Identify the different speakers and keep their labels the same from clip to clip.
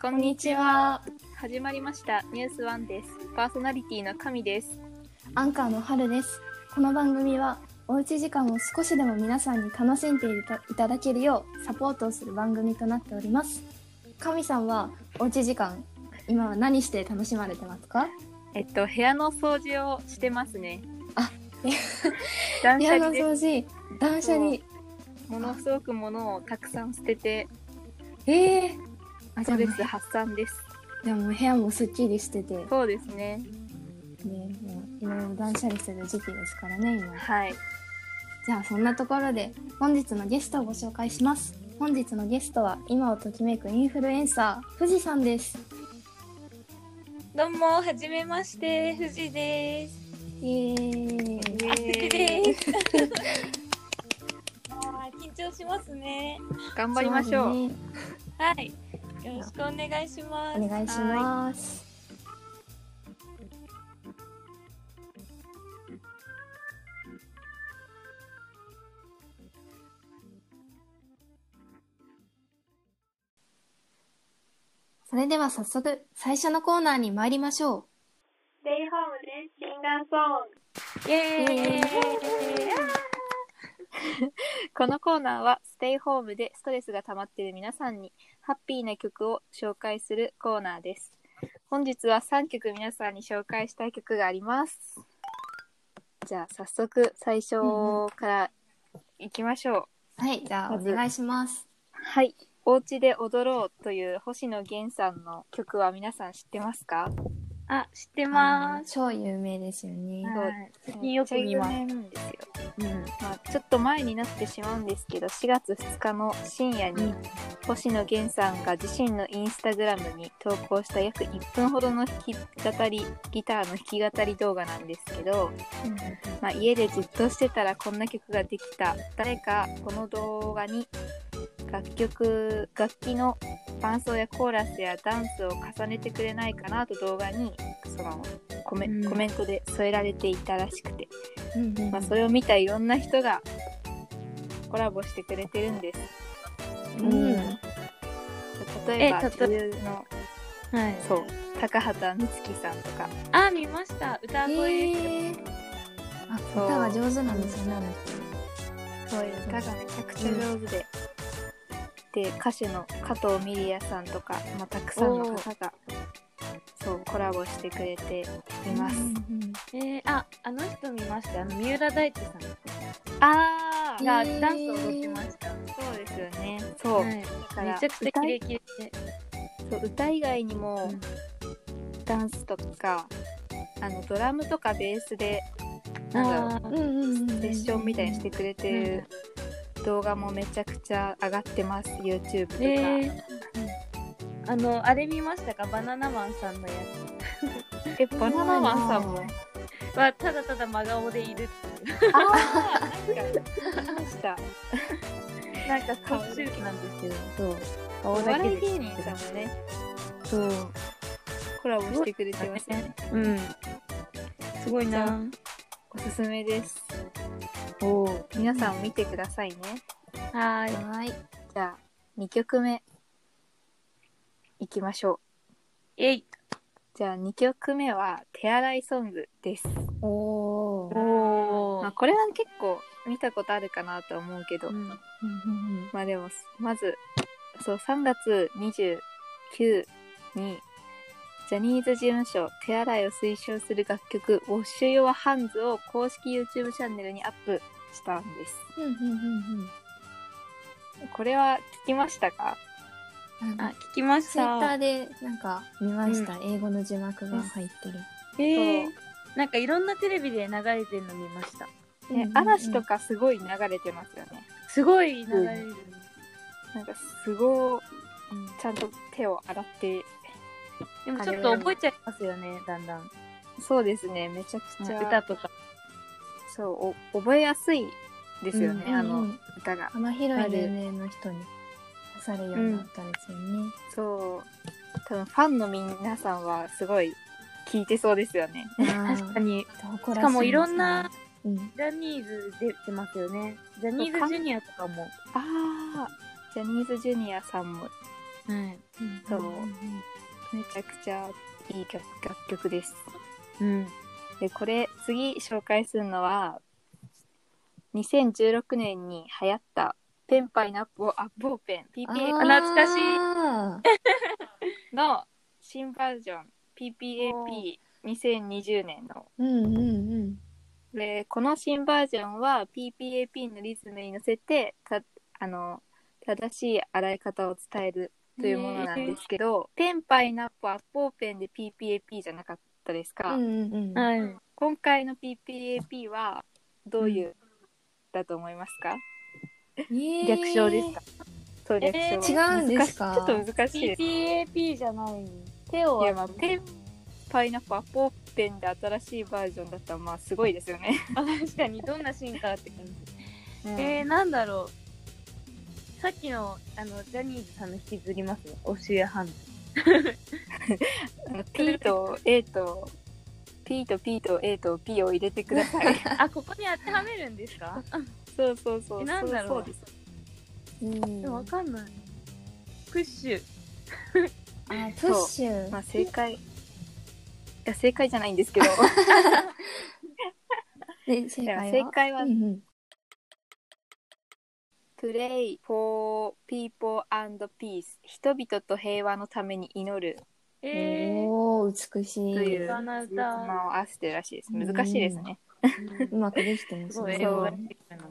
Speaker 1: こんにちは。始まりました。ニュースワンです。パーソナリティの神です。
Speaker 2: アンカーの春です。この番組はおうち時間を少しでも皆さんに楽しんでいたいただけるようサポートをする番組となっております。神さんはおうち時間今は何して楽しまれてますか？
Speaker 1: えっと部屋の掃除をしてますね。
Speaker 2: あ、
Speaker 1: 断
Speaker 2: 部屋
Speaker 1: 捨
Speaker 2: の
Speaker 1: 離で
Speaker 2: 掃除、断捨離。
Speaker 1: ものすごく物をたくさん捨てて、
Speaker 2: ええー。あじゃあ
Speaker 1: スト
Speaker 2: も
Speaker 1: レ
Speaker 2: う
Speaker 1: ス発散です。
Speaker 2: でも部屋もすっきりしてて、ね、
Speaker 1: そうですね。
Speaker 2: もういろいろ断捨離する時期ですからね今。
Speaker 1: はい。
Speaker 2: じゃあそんなところで本日のゲストをご紹介します本日のゲストは今をときめくインフルエンサー富士さんです
Speaker 3: どうも、はじめまして、ふじです。
Speaker 2: イエーイ
Speaker 1: イエ
Speaker 3: あ、
Speaker 1: ーイ
Speaker 3: ふじです。 あー、緊張しますね。
Speaker 1: 頑張りましょ
Speaker 2: そ
Speaker 1: う。
Speaker 2: うね
Speaker 3: はい、よろしくお願いします。
Speaker 2: お願いしますそれでは早速最初のコーナーに参りましょう
Speaker 4: デイホームです。シンガーソング。
Speaker 1: イエーイ
Speaker 2: イエ
Speaker 1: このコーナーはステイホームでストレスが溜まっている皆さんにハッピーな曲を紹介するコーナーです。本日は3曲皆さんに紹介したい曲があります。じゃあ早速最初からいきましょう。
Speaker 2: はい、じゃあ
Speaker 1: ま
Speaker 2: お
Speaker 1: ず
Speaker 2: 願いします。
Speaker 1: はい。お家で踊ろうという星野源さんの曲は皆さん知ってますか
Speaker 3: あ、知ってま
Speaker 2: あの
Speaker 3: す。
Speaker 2: 超有名ですよね。
Speaker 3: はい
Speaker 1: そう
Speaker 3: 近よく見ます
Speaker 1: めっちゃ有名なんですよ。
Speaker 2: うん、
Speaker 1: まあ、ちょっと前になってしまうんですけど4月2日の深夜に星野源さんが自身のインスタグラムに投稿した約1分ほどの弾き語りギターの弾き語り動画なんですけど、まあ、家でじっとしてたらこんな曲ができた誰かこの動画に楽曲楽器の伴奏やコーラスやダンスを重ねてくれないかなと動画にそのコメ,、
Speaker 2: うん
Speaker 1: コメントで添えられていたらしくて
Speaker 2: うん、うん、
Speaker 1: まあ、それを見たいろんな人がコラボしてくれてるんです。
Speaker 2: うん
Speaker 1: 例えば
Speaker 3: え例
Speaker 1: 女優の
Speaker 3: はい
Speaker 1: そう高畑充希さんとか
Speaker 3: あ、見ました。歌声です。
Speaker 2: えーあ、
Speaker 1: そう
Speaker 2: 歌が上手なんですね。
Speaker 1: そういう歌がめちゃくちゃ上手で、で歌手の加藤ミリヤさんとか、まあ、たくさんの方がそうコラボしてくれています。
Speaker 3: えーあ、あの人見ました。あの三浦大知さん
Speaker 1: あ
Speaker 2: ー
Speaker 1: が
Speaker 3: が
Speaker 2: えー
Speaker 3: ダンスを踊ってました。
Speaker 1: そうですよね。そう、
Speaker 3: はい
Speaker 1: だから
Speaker 3: めちゃくちゃ
Speaker 1: 歌
Speaker 3: キ
Speaker 1: い
Speaker 3: レイキレイで。
Speaker 1: そう歌以外にも、
Speaker 3: うん
Speaker 1: ダンスとかあのドラムとかベースでなんだろう
Speaker 3: あ
Speaker 2: うん、うん、うん、
Speaker 1: セッションみたいにしてくれてる動画もめちゃくちゃ上がってます、YouTube とか、
Speaker 3: ーえーあの、あれ見ましたか、バナナマンさんのや
Speaker 1: えバナナマンさんも
Speaker 3: つ。は、ただただ真顔でいるっていう。
Speaker 1: あーなんか見ました
Speaker 3: なんか特集機なんですけど、そう。
Speaker 1: お
Speaker 3: 顔だけ
Speaker 1: 笑い
Speaker 3: で。
Speaker 1: 芸人さんもね
Speaker 3: そう。
Speaker 1: コラボしてくれてますね
Speaker 3: うん。すごいな。
Speaker 1: おすすめです
Speaker 3: おお。
Speaker 1: 皆さん見てくださいね
Speaker 3: はーい。
Speaker 2: はい、
Speaker 1: じゃあ2曲目いきましょう
Speaker 3: えい。
Speaker 1: じゃあ2曲目は「手洗いソング」です
Speaker 2: おおー。
Speaker 3: お
Speaker 1: まあ、。これは結構見たことあるかなとは思うけど、
Speaker 3: うん
Speaker 2: うん
Speaker 1: まあでもまずそう3月29にジャニーズ事務所手洗いを推奨する楽曲「ウォッシュ・ヨア・ハンズ」を公式 YouTube チャンネルにアップしたんです
Speaker 2: うん、うん、うん、
Speaker 1: これは聞きましたか
Speaker 2: うん。なん
Speaker 3: あ
Speaker 2: か、
Speaker 3: 聞きまし
Speaker 2: ツイッタ
Speaker 3: た。
Speaker 2: ーで、なんか、見ました、英語の字幕が入ってる。
Speaker 3: え
Speaker 1: そう
Speaker 3: ーなんかいろんなテレビで流れてるの見ました。
Speaker 1: ね
Speaker 2: うんうんうん
Speaker 1: 嵐とかすごい流れてますよね
Speaker 3: すごい流れる。
Speaker 1: なんかすごいちゃんと手を洗って
Speaker 3: でもちょっと覚えちゃいますよね、だんだん。
Speaker 1: そうですねめちゃくちゃ、
Speaker 3: 歌とか。
Speaker 1: そうお覚えやすいですよね、
Speaker 2: うん
Speaker 1: あの
Speaker 2: うんうん
Speaker 1: 歌が
Speaker 2: 幅広い年齢の人に刺さるようになったんですよね。
Speaker 1: そう多分ファンの皆さんはすごい聞いてそうですよね
Speaker 3: 確か
Speaker 2: に。
Speaker 3: に。
Speaker 2: し
Speaker 3: しかもいろんな。
Speaker 2: うん。
Speaker 3: ジャニーズ出てますよね。ジャニーズジュニアとかも。
Speaker 1: ああジャニーズジュニアさんも
Speaker 5: はい。
Speaker 1: そうめちゃくちゃいい楽楽曲です。
Speaker 5: うん。
Speaker 1: でこれ次紹介するのは2016年に流行った「ペンパイのアップあボーペン」PPA
Speaker 3: ー懐かしい
Speaker 5: い。
Speaker 1: の新バージョン PPAP2020 年の
Speaker 5: うんうんうん。
Speaker 1: でこの新バージョンは PPAP のリズムに乗せてたあの正しい洗い方を伝えるというものなんですけど、ペンパイナップアッポーペンで PPAP じゃなかったですか、
Speaker 5: うんうんうん。
Speaker 3: はい。
Speaker 1: 今回の PPAP はどういう、だと思いますか略称ですか、そう略称、
Speaker 3: え
Speaker 5: 違うんですか
Speaker 1: 難しいちょっと難しいです
Speaker 3: PPAP じゃない手を
Speaker 1: いやまあペンパイナップアッポーペンで新しいバージョンだったらまあすごいですよね、
Speaker 3: あ確かにどんな進化って感じ
Speaker 1: うん
Speaker 3: えー、なんだろう。さっきの、あの、ジャニーズさんの引きずりますね。教えハン
Speaker 1: あの P と A と P と P と A と P を入れてください。
Speaker 3: あ、ここに当てはめるんですか
Speaker 1: そうそうそう。
Speaker 3: えなんだろう
Speaker 1: そうです。
Speaker 5: うん
Speaker 3: でもわかんない。プッシュ。
Speaker 5: あプッシュ。
Speaker 1: まあ正解。いや正解じゃないんですけど。
Speaker 5: で正
Speaker 1: いや
Speaker 5: 解は。
Speaker 1: 正解は
Speaker 5: うんうん。
Speaker 1: Play for people and peace。人々と平和のために祈る
Speaker 3: え
Speaker 5: おー美し
Speaker 1: と
Speaker 5: い。
Speaker 1: いう
Speaker 3: 平和な歌
Speaker 1: まあ合わせてるらしいです。難しいですね。
Speaker 5: うまくできてま
Speaker 3: ー、
Speaker 5: す
Speaker 3: すごい
Speaker 5: ね。
Speaker 3: 英語が
Speaker 5: う
Speaker 3: 出てきたな。
Speaker 5: ん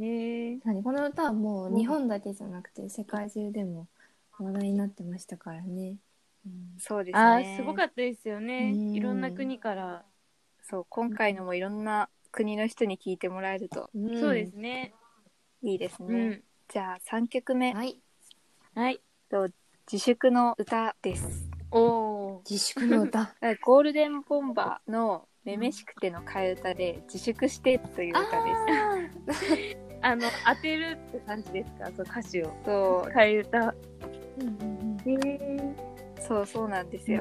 Speaker 3: えー、
Speaker 5: 確かにこの歌はもう日本だけじゃなくて世界中でも話題になってましたからね。うん
Speaker 1: そうですね。
Speaker 3: あー、すごかったですよね。
Speaker 5: うん
Speaker 3: いろんな国から。
Speaker 1: そう今回のもいろんな国の人に聞いてもらえると
Speaker 3: そうです。ね。
Speaker 1: いいですね。
Speaker 3: うん。
Speaker 1: じゃあ三曲目、
Speaker 5: はい。
Speaker 3: はい。
Speaker 1: 自粛の歌です。
Speaker 3: おー。
Speaker 5: 自粛の歌。
Speaker 1: ゴールデンボンバーの「めめしくて」の替え歌で「自粛して」という歌です。
Speaker 3: あの、当てるって感じですかそう、歌詞を。
Speaker 1: そう
Speaker 3: 替え歌。
Speaker 5: うんうん
Speaker 3: えー、
Speaker 1: そうそうなんですよ。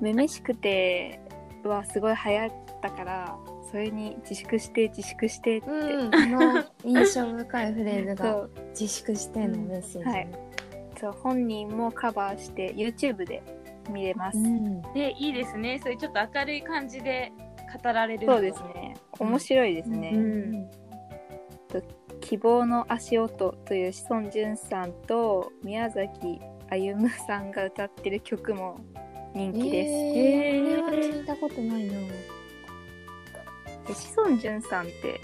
Speaker 1: めめしくてはすごい流行ったからそれに自粛して自粛してって、
Speaker 5: うんうん、あの印象深いフレーズ
Speaker 1: そ
Speaker 5: が
Speaker 1: う
Speaker 5: 自粛してのメッセージ。
Speaker 1: はいそう本人もカバーして YouTube で見れます。
Speaker 5: うん、
Speaker 3: で、いいですね。そういうちょっと明るい感じで語られるの
Speaker 1: そうですね面白いですね。
Speaker 3: うん
Speaker 1: 希望の足音という志尊淳さんと宮崎歩さんが歌ってる曲も人気です。
Speaker 5: えー、これは聞いたことないな。
Speaker 1: で志尊淳さんって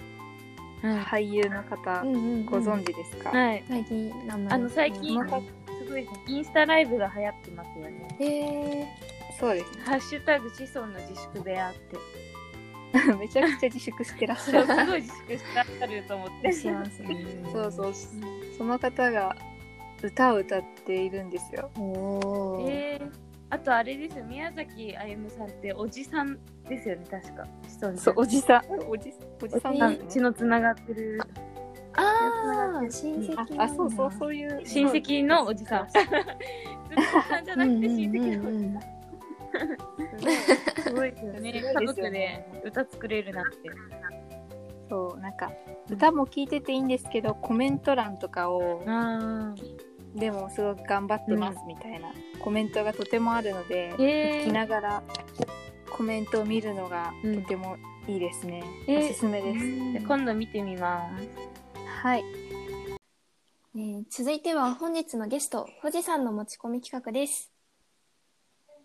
Speaker 1: 俳優の方
Speaker 5: うんうんうん
Speaker 1: ご存知ですか、
Speaker 3: はい。
Speaker 5: 最近名前
Speaker 3: あの最近
Speaker 5: うん
Speaker 3: すごいですねインスタライブが流行ってますよね。
Speaker 5: え
Speaker 1: そうです
Speaker 3: ハッシュタグ子孫の自粛部屋って。
Speaker 1: ね めちゃくちゃ自粛してらっし
Speaker 3: そ
Speaker 1: ゃ
Speaker 3: う
Speaker 1: る。
Speaker 3: すごい自粛してらっしゃると思っ
Speaker 5: ー、
Speaker 3: て。
Speaker 5: しますね
Speaker 1: そうそうその方が歌を歌っているんですよ
Speaker 5: う。おー
Speaker 3: えー、あとあれですよ宮崎あゆむさんっておじさんですよね確か。子孫
Speaker 1: そうお
Speaker 3: お
Speaker 1: じさんおじおじさん
Speaker 3: じ
Speaker 1: な
Speaker 3: さ
Speaker 1: ん
Speaker 3: ん
Speaker 1: です
Speaker 3: 血
Speaker 1: ね。
Speaker 3: のつながってる
Speaker 5: あー親戚
Speaker 1: あ
Speaker 5: なんだ
Speaker 1: あそうそうそういう
Speaker 3: 親戚のおじ さん。ずっとおじさんじゃなくて親戚のおじ
Speaker 5: うんうんうん
Speaker 3: さん。すごいですよね。
Speaker 1: すごいです
Speaker 3: 家族
Speaker 1: よ
Speaker 3: で
Speaker 1: ね
Speaker 3: 歌作れるなんて。
Speaker 1: そうなんか歌も聴いてていいんですけどコメント欄とかを
Speaker 3: あ
Speaker 1: でもすごく頑張ってますみたいなコメントがとてもあるので
Speaker 3: あ。え
Speaker 1: 聞きながらコメントを見るのがとてもいいですね、
Speaker 3: うん
Speaker 1: おすすめです、
Speaker 3: ー、今度見てみます。
Speaker 1: はい
Speaker 2: えー続いては本日のゲスト、ほじさんの持ち込み企画です。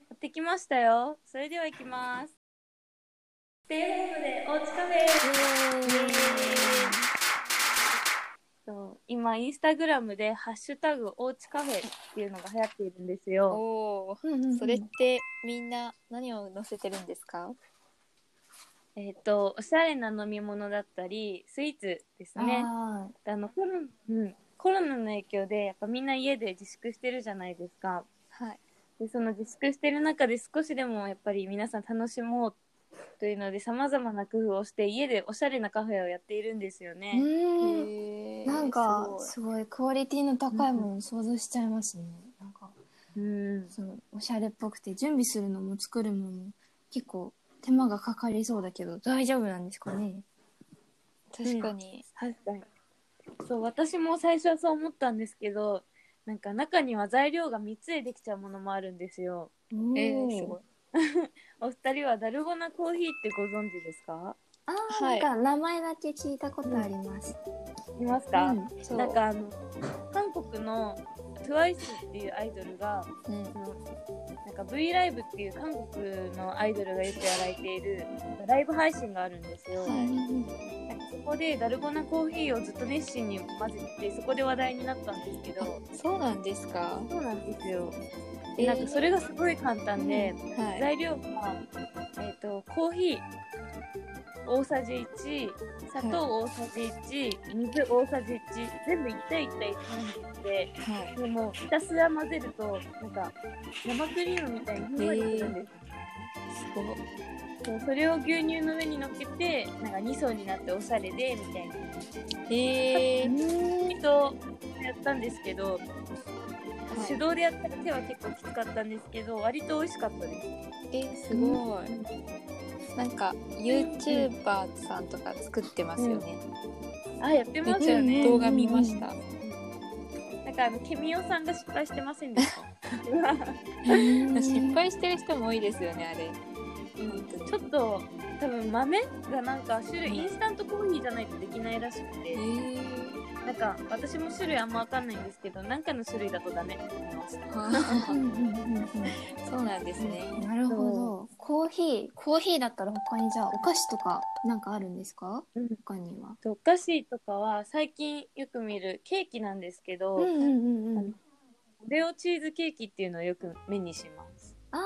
Speaker 3: やってきましたよ。それでは行きます。ステイホームでおうちカフェそう今、インスタグラムで、ハッシュタグおうちカフェっていうのが流行っているんですよ。
Speaker 1: おおそ
Speaker 5: そ
Speaker 1: れってみんな何を載せてるんですか
Speaker 3: えっ、と、おしゃれな飲み物だったり、スイーツですね。
Speaker 5: あ
Speaker 3: あのコロナ、うん、コロナの影響で、やっぱみんな家で自粛してるじゃないですか。
Speaker 1: はい
Speaker 3: でその自粛してる中で少しでもやっぱり皆さん楽しもうというのでさまざまな工夫をして家でおしゃれなカフェをやっているんですよ
Speaker 5: ーう
Speaker 3: ね。
Speaker 5: ん
Speaker 1: へー
Speaker 5: なんか
Speaker 1: す
Speaker 5: すごいクオリティの高いものを想像しちゃいますね。なんか
Speaker 3: うん、
Speaker 5: そうおしゃれっぽくて準備するのも作るのも結構手間がかかりそうだけど大丈夫なんですかね。
Speaker 1: ごい確かに、
Speaker 3: 確かにそう私も最初はそう思ったんですけどなんか中には材料が3つでできちゃうものもあるんですよ
Speaker 1: えー、すごい。
Speaker 3: お二人はダルゴナコーヒーってご存知ですか
Speaker 5: あー、
Speaker 1: はい
Speaker 5: なんか名前だけ聞いたことあります。
Speaker 3: いますか、
Speaker 1: そう
Speaker 3: なんかあの韓国の TWICE っていうアイドルが
Speaker 1: うん
Speaker 3: そのなんか V ライブっていう韓国のアイドルがよくやられているライブ配信があるんですよ、
Speaker 1: はい
Speaker 3: なんかそこでダルゴナコーヒーをずっと熱心に混ぜててそこで話題になったんですけど
Speaker 1: そうなんですか。
Speaker 3: そうなんですよ
Speaker 1: え
Speaker 3: で
Speaker 1: ー
Speaker 3: なんかそれがすごい簡単で、
Speaker 1: はい。
Speaker 3: 材料が、えー、とコーヒー大さじ1砂糖大さじ1、水大さじ1全部1対1対1なんで
Speaker 1: はい。
Speaker 3: でもひたすら混ぜるとなんか生クリームみたいにふんわりするんです、
Speaker 1: すごい。
Speaker 3: そうそれを牛乳の上に乗っけてなんか2層になっておしゃれでみたいな
Speaker 1: えー、
Speaker 3: とやったんですけど、手動でやった手は結構きつかったんですけど割と美味しかったです
Speaker 1: えー、すごい。なんか YouTuber さんとか作ってますよね。
Speaker 3: あやってますよ
Speaker 1: めっ
Speaker 3: ね
Speaker 1: ちゃ動画見ました。
Speaker 3: なんかあのケミオさんが失敗してませんでした
Speaker 1: 失敗してる人も多いですよねあれ。本当に
Speaker 3: ちょっと多分豆がなんか種類インスタントコーヒーじゃないとできないらしくて
Speaker 1: え ー
Speaker 3: なんか私も種類あんまわかんないんですけどなんかの種類だとダメって思いました
Speaker 1: あ
Speaker 2: うんうんうん
Speaker 1: ーそうなんですね。
Speaker 2: うんなるほど。コーヒー、コーヒーだったら他にじゃあお菓子とかなんかあるんですか？
Speaker 3: うん
Speaker 2: 他には。
Speaker 3: お菓子とかは最近よく見るケーキなんですけど、
Speaker 2: うんうんうんうん。
Speaker 3: オレオチーズケーキっていうのをよく目にします
Speaker 2: あ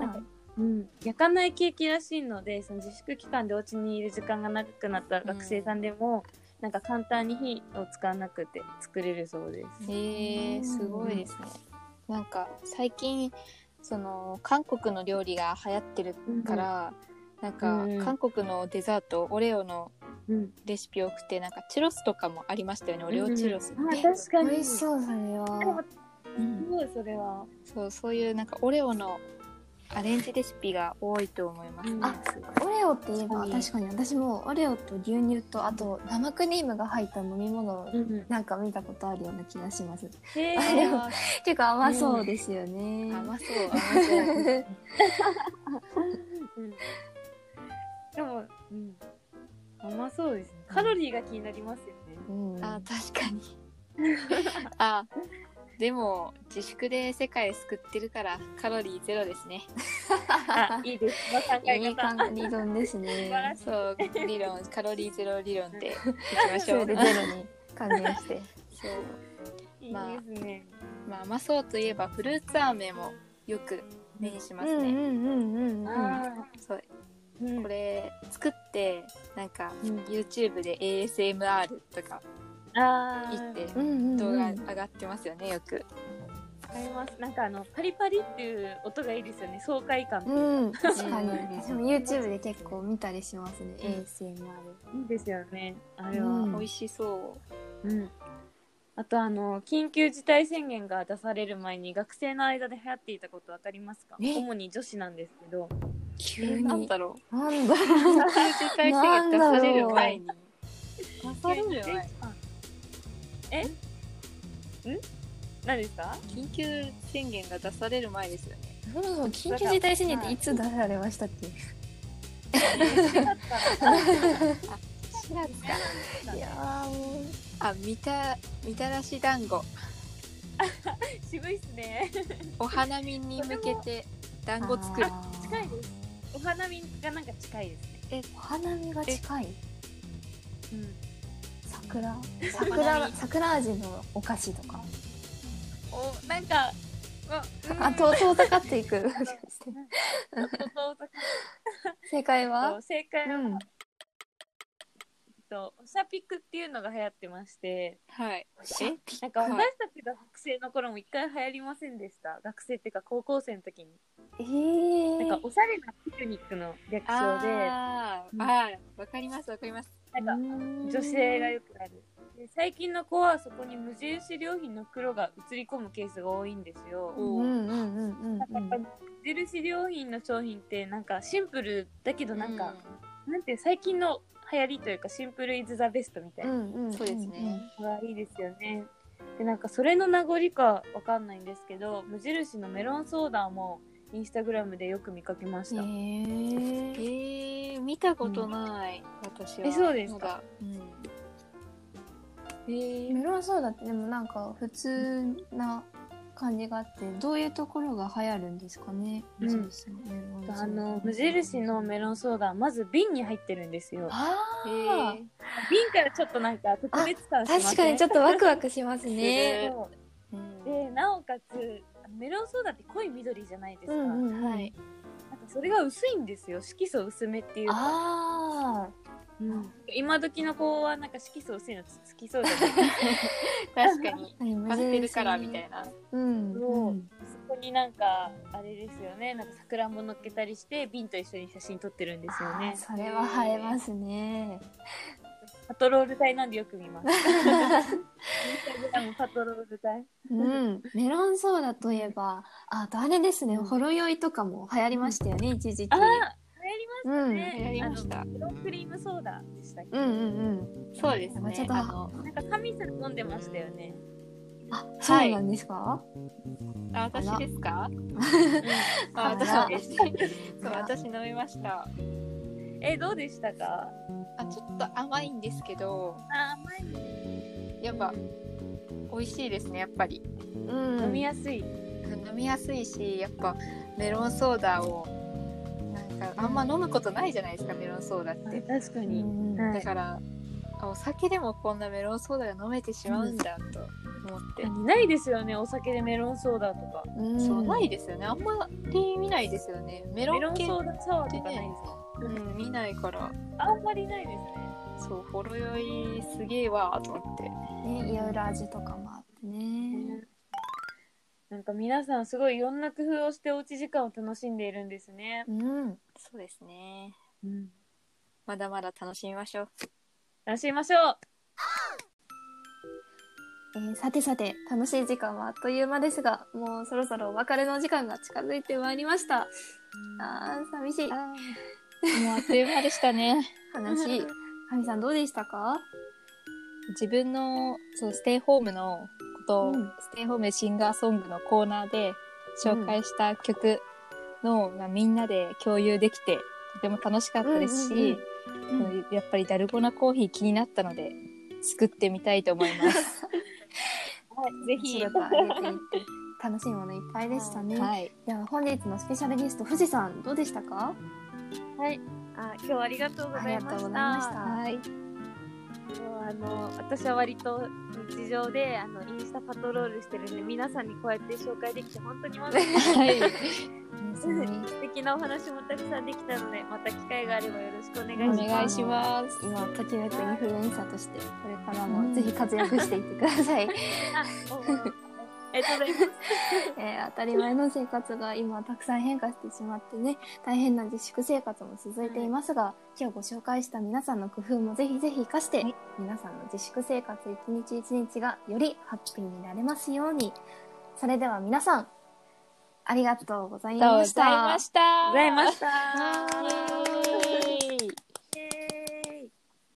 Speaker 3: なん
Speaker 2: あ
Speaker 3: か。うん、焼かないケーキらしいのでその自粛期間でお家にいる時間が長くなった学生さんでも、なんか簡単に火を使わなくて作れるそうです。
Speaker 1: えー、すごいですね。なんか最近その韓国の料理が流行ってるから、なんか
Speaker 3: うん
Speaker 1: 韓国のデザートオレオの
Speaker 3: うん、
Speaker 1: レシピ多くてなんかチュロスとかもありましたよねオレオチュロスって、
Speaker 3: あ確か
Speaker 2: 美
Speaker 3: に
Speaker 2: 味し
Speaker 3: す
Speaker 2: そうそれは。
Speaker 1: うん
Speaker 3: ごいそれは。
Speaker 1: そうそういうなんかオレオのアレンジレシピが多いと思います、ね
Speaker 3: うんあ
Speaker 2: オレオって言えば
Speaker 3: うん
Speaker 2: 確かに私もオレオと牛乳とあと生クリームが入った飲み物
Speaker 3: うん、
Speaker 2: なんか見たことあるような気がします。
Speaker 3: へ
Speaker 1: あ
Speaker 3: え
Speaker 1: れ
Speaker 2: で
Speaker 1: は
Speaker 2: も結構甘そうですよね。
Speaker 1: 甘そう甘そう
Speaker 3: うんでも、うん、甘そうですね。カロリーが気になりますよ ね。
Speaker 2: うん。
Speaker 1: あ確かにあでも自粛で世界救ってるからカロリーゼロですね
Speaker 3: あいいです。まあ、考え
Speaker 2: いい
Speaker 3: 方。
Speaker 2: 感じ理論です
Speaker 3: 素晴ら
Speaker 2: ね。
Speaker 3: しい。
Speaker 1: そう理論カロリーゼロ理論でいきまし
Speaker 2: そ
Speaker 1: ょ
Speaker 2: れ
Speaker 1: う
Speaker 2: でゼロに還元して。
Speaker 1: そう
Speaker 3: いいですね。
Speaker 1: まあ甘そうといえばフルーツ飴もよく目にしますね、
Speaker 2: うんうんうんうんうん。
Speaker 3: あ
Speaker 1: そう
Speaker 3: ーうん
Speaker 1: これ作ってなんか
Speaker 3: うん
Speaker 1: YouTube で ASMR とか
Speaker 3: あ
Speaker 1: 言
Speaker 3: ー
Speaker 1: って
Speaker 2: うんうんうん
Speaker 1: 動画上がってますよねよく
Speaker 3: わかります。なんかあのパリパリっていう音がいいですよね。爽快感。
Speaker 2: うん、確かに。
Speaker 1: うん
Speaker 2: 私も YouTube で結構見たりしますね、
Speaker 1: うん
Speaker 2: ASMR。
Speaker 3: いいですよね。あれ
Speaker 2: れは
Speaker 3: は。うん。
Speaker 1: 美味しそう
Speaker 3: あとあの緊急事態宣言が出される前に学生の間で流行っていたことわかりますか？
Speaker 2: え
Speaker 3: 主に女子なんですけど。
Speaker 2: 急
Speaker 1: えなんだろう
Speaker 2: なんだ
Speaker 1: 緊急事態宣言出される前に出される前に
Speaker 3: え？ん？何ですか？
Speaker 1: 緊急宣言が出される前ですよね
Speaker 2: そもそも緊急事態宣言っていつ出されましたっけ
Speaker 1: 4月か
Speaker 2: いやーもう
Speaker 1: あみたみたらし団子
Speaker 3: 渋いっすね。
Speaker 1: お花見に向けて団子作る
Speaker 2: あー
Speaker 3: 近いです。お花見がなんか近いですね。
Speaker 2: お花見が近い
Speaker 3: うん。
Speaker 2: 桜
Speaker 1: お
Speaker 2: 桜
Speaker 1: 花見
Speaker 2: 桜味のお菓子とか、
Speaker 3: おなんか。あうん
Speaker 2: あと遠ざかっていく
Speaker 3: ちょっと遠ざか
Speaker 2: 正解は
Speaker 3: る正解
Speaker 2: う
Speaker 3: は、
Speaker 2: ん
Speaker 3: とおしゃピクっていうのが流行ってまして、
Speaker 1: はい
Speaker 2: え
Speaker 3: なんか
Speaker 1: はい
Speaker 3: 私たちが学生の頃も一回流行りませんでした学生っていうか高校生の時に
Speaker 2: え
Speaker 3: なんか
Speaker 2: ー、
Speaker 3: おしゃれなピクニックの略称で
Speaker 1: あーあーわかりますわかります
Speaker 3: なんか女性がよくあるで最近の子はそこに無印良品の黒が映り込むケースが多いんですよ
Speaker 2: うんうんうんうんうん
Speaker 3: なんかやっぱり無印良品の商品ってなんかシンプルだけどなんか、なんていう最近の流行りというかシンプルイズザベストみたいな
Speaker 5: うんうん
Speaker 1: そうですね。
Speaker 3: のがいいですよね。でなんかそれの名残かわかんないんですけど無印のメロンソーダもインスタグラムでよく見かけました。
Speaker 1: えー、見たことない、私は。
Speaker 3: えそうですか
Speaker 1: まだうん
Speaker 3: えー
Speaker 2: メロンソーダってでもなんか普通な感じがあってどういうところが流行るんですかね、
Speaker 3: うん
Speaker 2: そうですね
Speaker 3: あの無印のメロンソーダはまず瓶に入ってるんですよ
Speaker 5: あ
Speaker 1: え
Speaker 5: ー
Speaker 1: ー
Speaker 3: 瓶からちょっとなんか特別感します
Speaker 5: 確かにちょっとワクワクしますね。
Speaker 1: ね
Speaker 3: そう
Speaker 1: うん
Speaker 3: でなおかつメロンソーダって濃い緑じゃないですか,、なんか
Speaker 5: ん
Speaker 1: はい。
Speaker 3: それが薄いんですよ色素薄めっていうか、
Speaker 5: あ
Speaker 3: うん今時の子はなんか色素薄いのつつきそうじゃないですか
Speaker 1: 確かに。
Speaker 5: あ、無
Speaker 1: パステル
Speaker 5: 印
Speaker 1: カラーみたいな。
Speaker 5: うん
Speaker 3: そう
Speaker 5: うん
Speaker 3: そこになんかあれですよねなんか桜も乗っけたりして瓶と一緒に写真撮ってるんですよ
Speaker 5: あー
Speaker 3: ね
Speaker 5: それは映えますね。
Speaker 3: パトロール隊なんでよく見ますインスタグラムパトロール隊
Speaker 5: うん、メロンソーダといえば、ああとあれですね、
Speaker 3: うん
Speaker 5: ほろ酔いとかも流行りましたよね、一時期
Speaker 3: あ。あ
Speaker 5: う
Speaker 3: 流行
Speaker 5: ん、
Speaker 3: り
Speaker 1: 流行りま
Speaker 3: ましたね、
Speaker 1: した
Speaker 3: あのメロンクリームソーダでしたっけ、
Speaker 5: うんうん
Speaker 1: そうです
Speaker 5: なんかちょ
Speaker 1: ね
Speaker 5: っ。と
Speaker 1: あの、
Speaker 3: なんか神さん飲んでましたよね。
Speaker 5: うん。あ、そうなんですか？
Speaker 1: あ、私ですか。 あ、
Speaker 5: あら
Speaker 1: 私です。そう、
Speaker 5: あら
Speaker 1: 私飲みました。
Speaker 3: え、どうでしたか。
Speaker 1: あ、ちょっと甘いんですけど、
Speaker 3: あ、甘い。
Speaker 1: やっぱ美味しいですね。やっぱり。
Speaker 5: うん
Speaker 3: 飲みやすい。
Speaker 1: 飲みやすいしやっぱメロンソーダをなんかあんま飲むことないじゃないですかメロンソーダって、
Speaker 3: 確か
Speaker 5: う。んうん
Speaker 3: はい
Speaker 1: だからあお酒でもこんなメロンソーダが飲めてしまうんだと思って、
Speaker 3: ないですよね、お酒でメロンソーダとか。
Speaker 5: うん
Speaker 1: そうないですよねあんまり見ないですよねメ
Speaker 3: メ
Speaker 1: ロ
Speaker 3: ロ
Speaker 1: ン
Speaker 3: ン
Speaker 1: 系
Speaker 3: ソーダサワーとかないです
Speaker 1: ね
Speaker 3: ね。
Speaker 1: うん見ないから
Speaker 3: あんまりないですね。
Speaker 1: そうほろ酔いすげえわーと思って
Speaker 2: ねいろいろ味とかもあってね
Speaker 3: なんか皆さんすごいいろんな工夫をしておうち時間を楽しんでいるんですね。
Speaker 5: うん、
Speaker 1: そうですねまだまだ楽しみましょう
Speaker 3: 楽しみましょう。
Speaker 2: えーさてさて楽しい時間はあっという間ですがもうそろそろお別れの時間が近づいてまいりましたあー寂しい
Speaker 1: もうあっという間でしたね
Speaker 2: 話神さんどうでしたか
Speaker 1: 自分のそうステイホームのことを、
Speaker 5: うん
Speaker 1: ステイホームでシンガーソングのコーナーで紹介した曲の、まあ、みんなで共有できてとても楽しかったですし、
Speaker 5: うん
Speaker 1: うんやっぱりダルゴナコーヒー気になったので作ってみたいと思います。
Speaker 3: はい、ぜひ。
Speaker 2: 仕事あげていって楽しいものいっぱいでした ね、
Speaker 1: はい、
Speaker 2: では本日のスペシャルゲスト富士さんどうでしたか
Speaker 3: あ、今日はありがとうご
Speaker 2: あ
Speaker 3: ざ
Speaker 2: り
Speaker 3: い
Speaker 2: が
Speaker 3: ま
Speaker 2: とう
Speaker 3: し
Speaker 2: ございま
Speaker 3: た
Speaker 2: し。た、
Speaker 1: はい、
Speaker 3: もうあの私は割と日常であのインスタパトロールしてるんで皆さんにこうやって紹介できて本当 にまず
Speaker 1: はい、
Speaker 3: 素敵なお話もたくさんできたのでまた機会があればよろしくお願い
Speaker 1: お
Speaker 3: します。
Speaker 1: 願いします。
Speaker 2: 今ときめくインフルエンサーとしてこれからもぜひ活躍していってください、
Speaker 3: あおありがとうござい ます。
Speaker 2: えー当たり前の生活が今たくさん変化してしまってね大変な自粛生活も続いていますが、今日ご紹介した皆さんの工夫もぜひぜひ活かして、皆さんの自粛生活一日一日がよりハッピーになれますようにそれでは皆さんありがとうござい
Speaker 1: ありがとう
Speaker 2: ま
Speaker 1: ご
Speaker 2: し
Speaker 1: ざい
Speaker 2: た
Speaker 1: ま。した。
Speaker 3: ございました。
Speaker 2: はーい